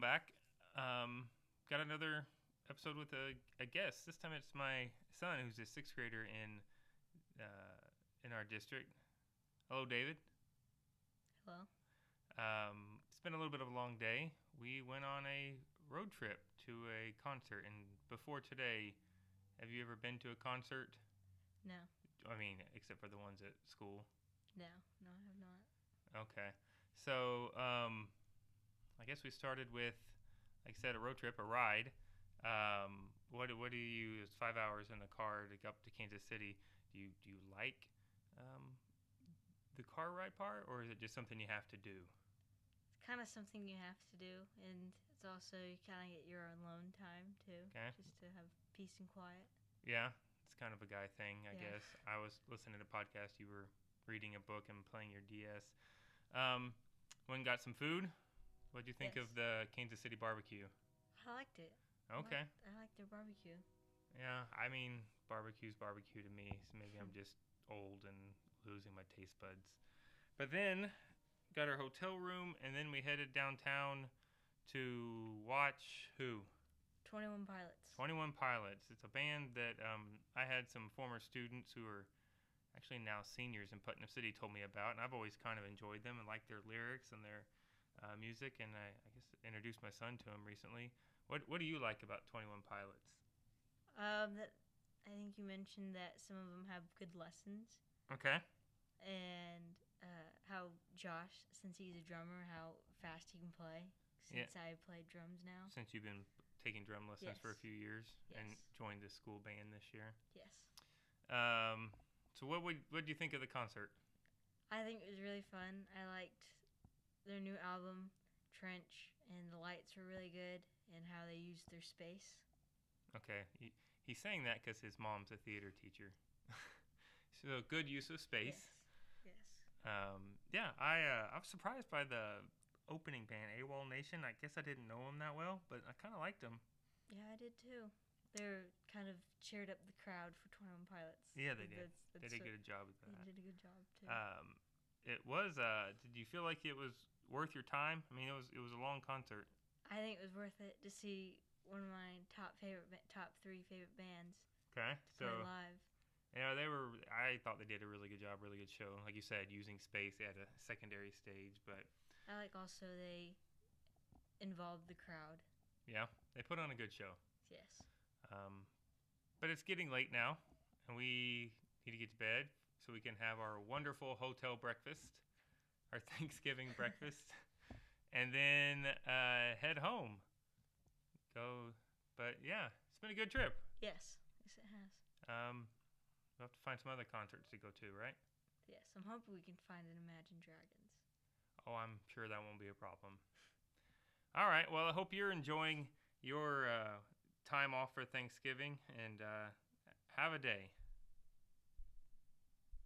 back. Um, got another episode with a, a guest. This time it's my son, who's a sixth grader in uh, in our district. Hello, David. Hello. Um, it's been a little bit of a long day. We went on a road trip to a concert, and before today, have you ever been to a concert? No. I mean, except for the ones at school. No. No, I have not. Okay. So, um, I guess we started with, like I said, a road trip, a ride. Um, what what do you? It's five hours in the car to go up to Kansas City. Do you do you like um, the car ride part, or is it just something you have to do? It's kind of something you have to do, and it's also you kind of get your alone time too, 'Kay. just to have peace and quiet. Yeah, it's kind of a guy thing, I Yeah. guess. I was listening to a podcast. You were reading a book and playing your DS. Um, went and got some food. What'd you think Yes. of the Kansas City barbecue? I liked it. I liked- Okay. I liked their barbecue. Yeah, I mean, barbecue's barbecue to me. So maybe I'm just old and losing my taste buds. But then got our hotel room, and then we headed downtown to watch who? Twenty One Pilots. 21 Pilots. It's a band that um, I had some former students who are actually now seniors in Putnam City told me about, and I've always kind of enjoyed them and liked their lyrics and their uh, music. And I, I guess introduced my son to them recently. What What do you like about 21 Pilots? Um, that I think you mentioned that some of them have good lessons, Okay. and uh, how Josh, since he's a drummer, how fast he can play. Yeah. Since I play drums now. Since you've been taking drum lessons for a Yes. few years and Yes. joined the school band this year. Yes. Um, so what would what do you think of the concert? I think it was really fun. I liked their new album, Trench, and the lights were really good and how they used their space. Okay, he, he's saying that because his mom's a theater teacher. so good use of space. Yes. yes. Um, yeah, I uh, I was surprised by the opening band, AWOL Nation. I guess I didn't know them that well, but I kind of liked them. Yeah, I did too. They kind of cheered up the crowd for 21 Pilots. Yeah, they And did. that's- They that's did a what- good job with They that. did a good job too. Um, it was. Uh, did you feel like it was worth your time? I mean, it was it was a long concert. I think it was worth it to see one of my top favorite, ba- top three favorite bands Okay, play so live. yeah, they were. I thought they did a really good job, really good show. Like you said, using space at a secondary stage, but I like also they involved the crowd. yeah, they put on a good show. Yes. Um, but it's getting late now, and we need to get to bed so we can have our wonderful hotel breakfast, our Thanksgiving breakfast, and then uh, head home. Go, but yeah, it's been a good trip. Yes. Yes, it has. Um, we'll have to find some other concerts to go to, right? Yes, I'm hoping we can find an Imagine Dragons. Oh, I'm sure that won't be a problem. All right. Well, I hope you're enjoying your uh, time off for Thanksgiving, and uh, have a day.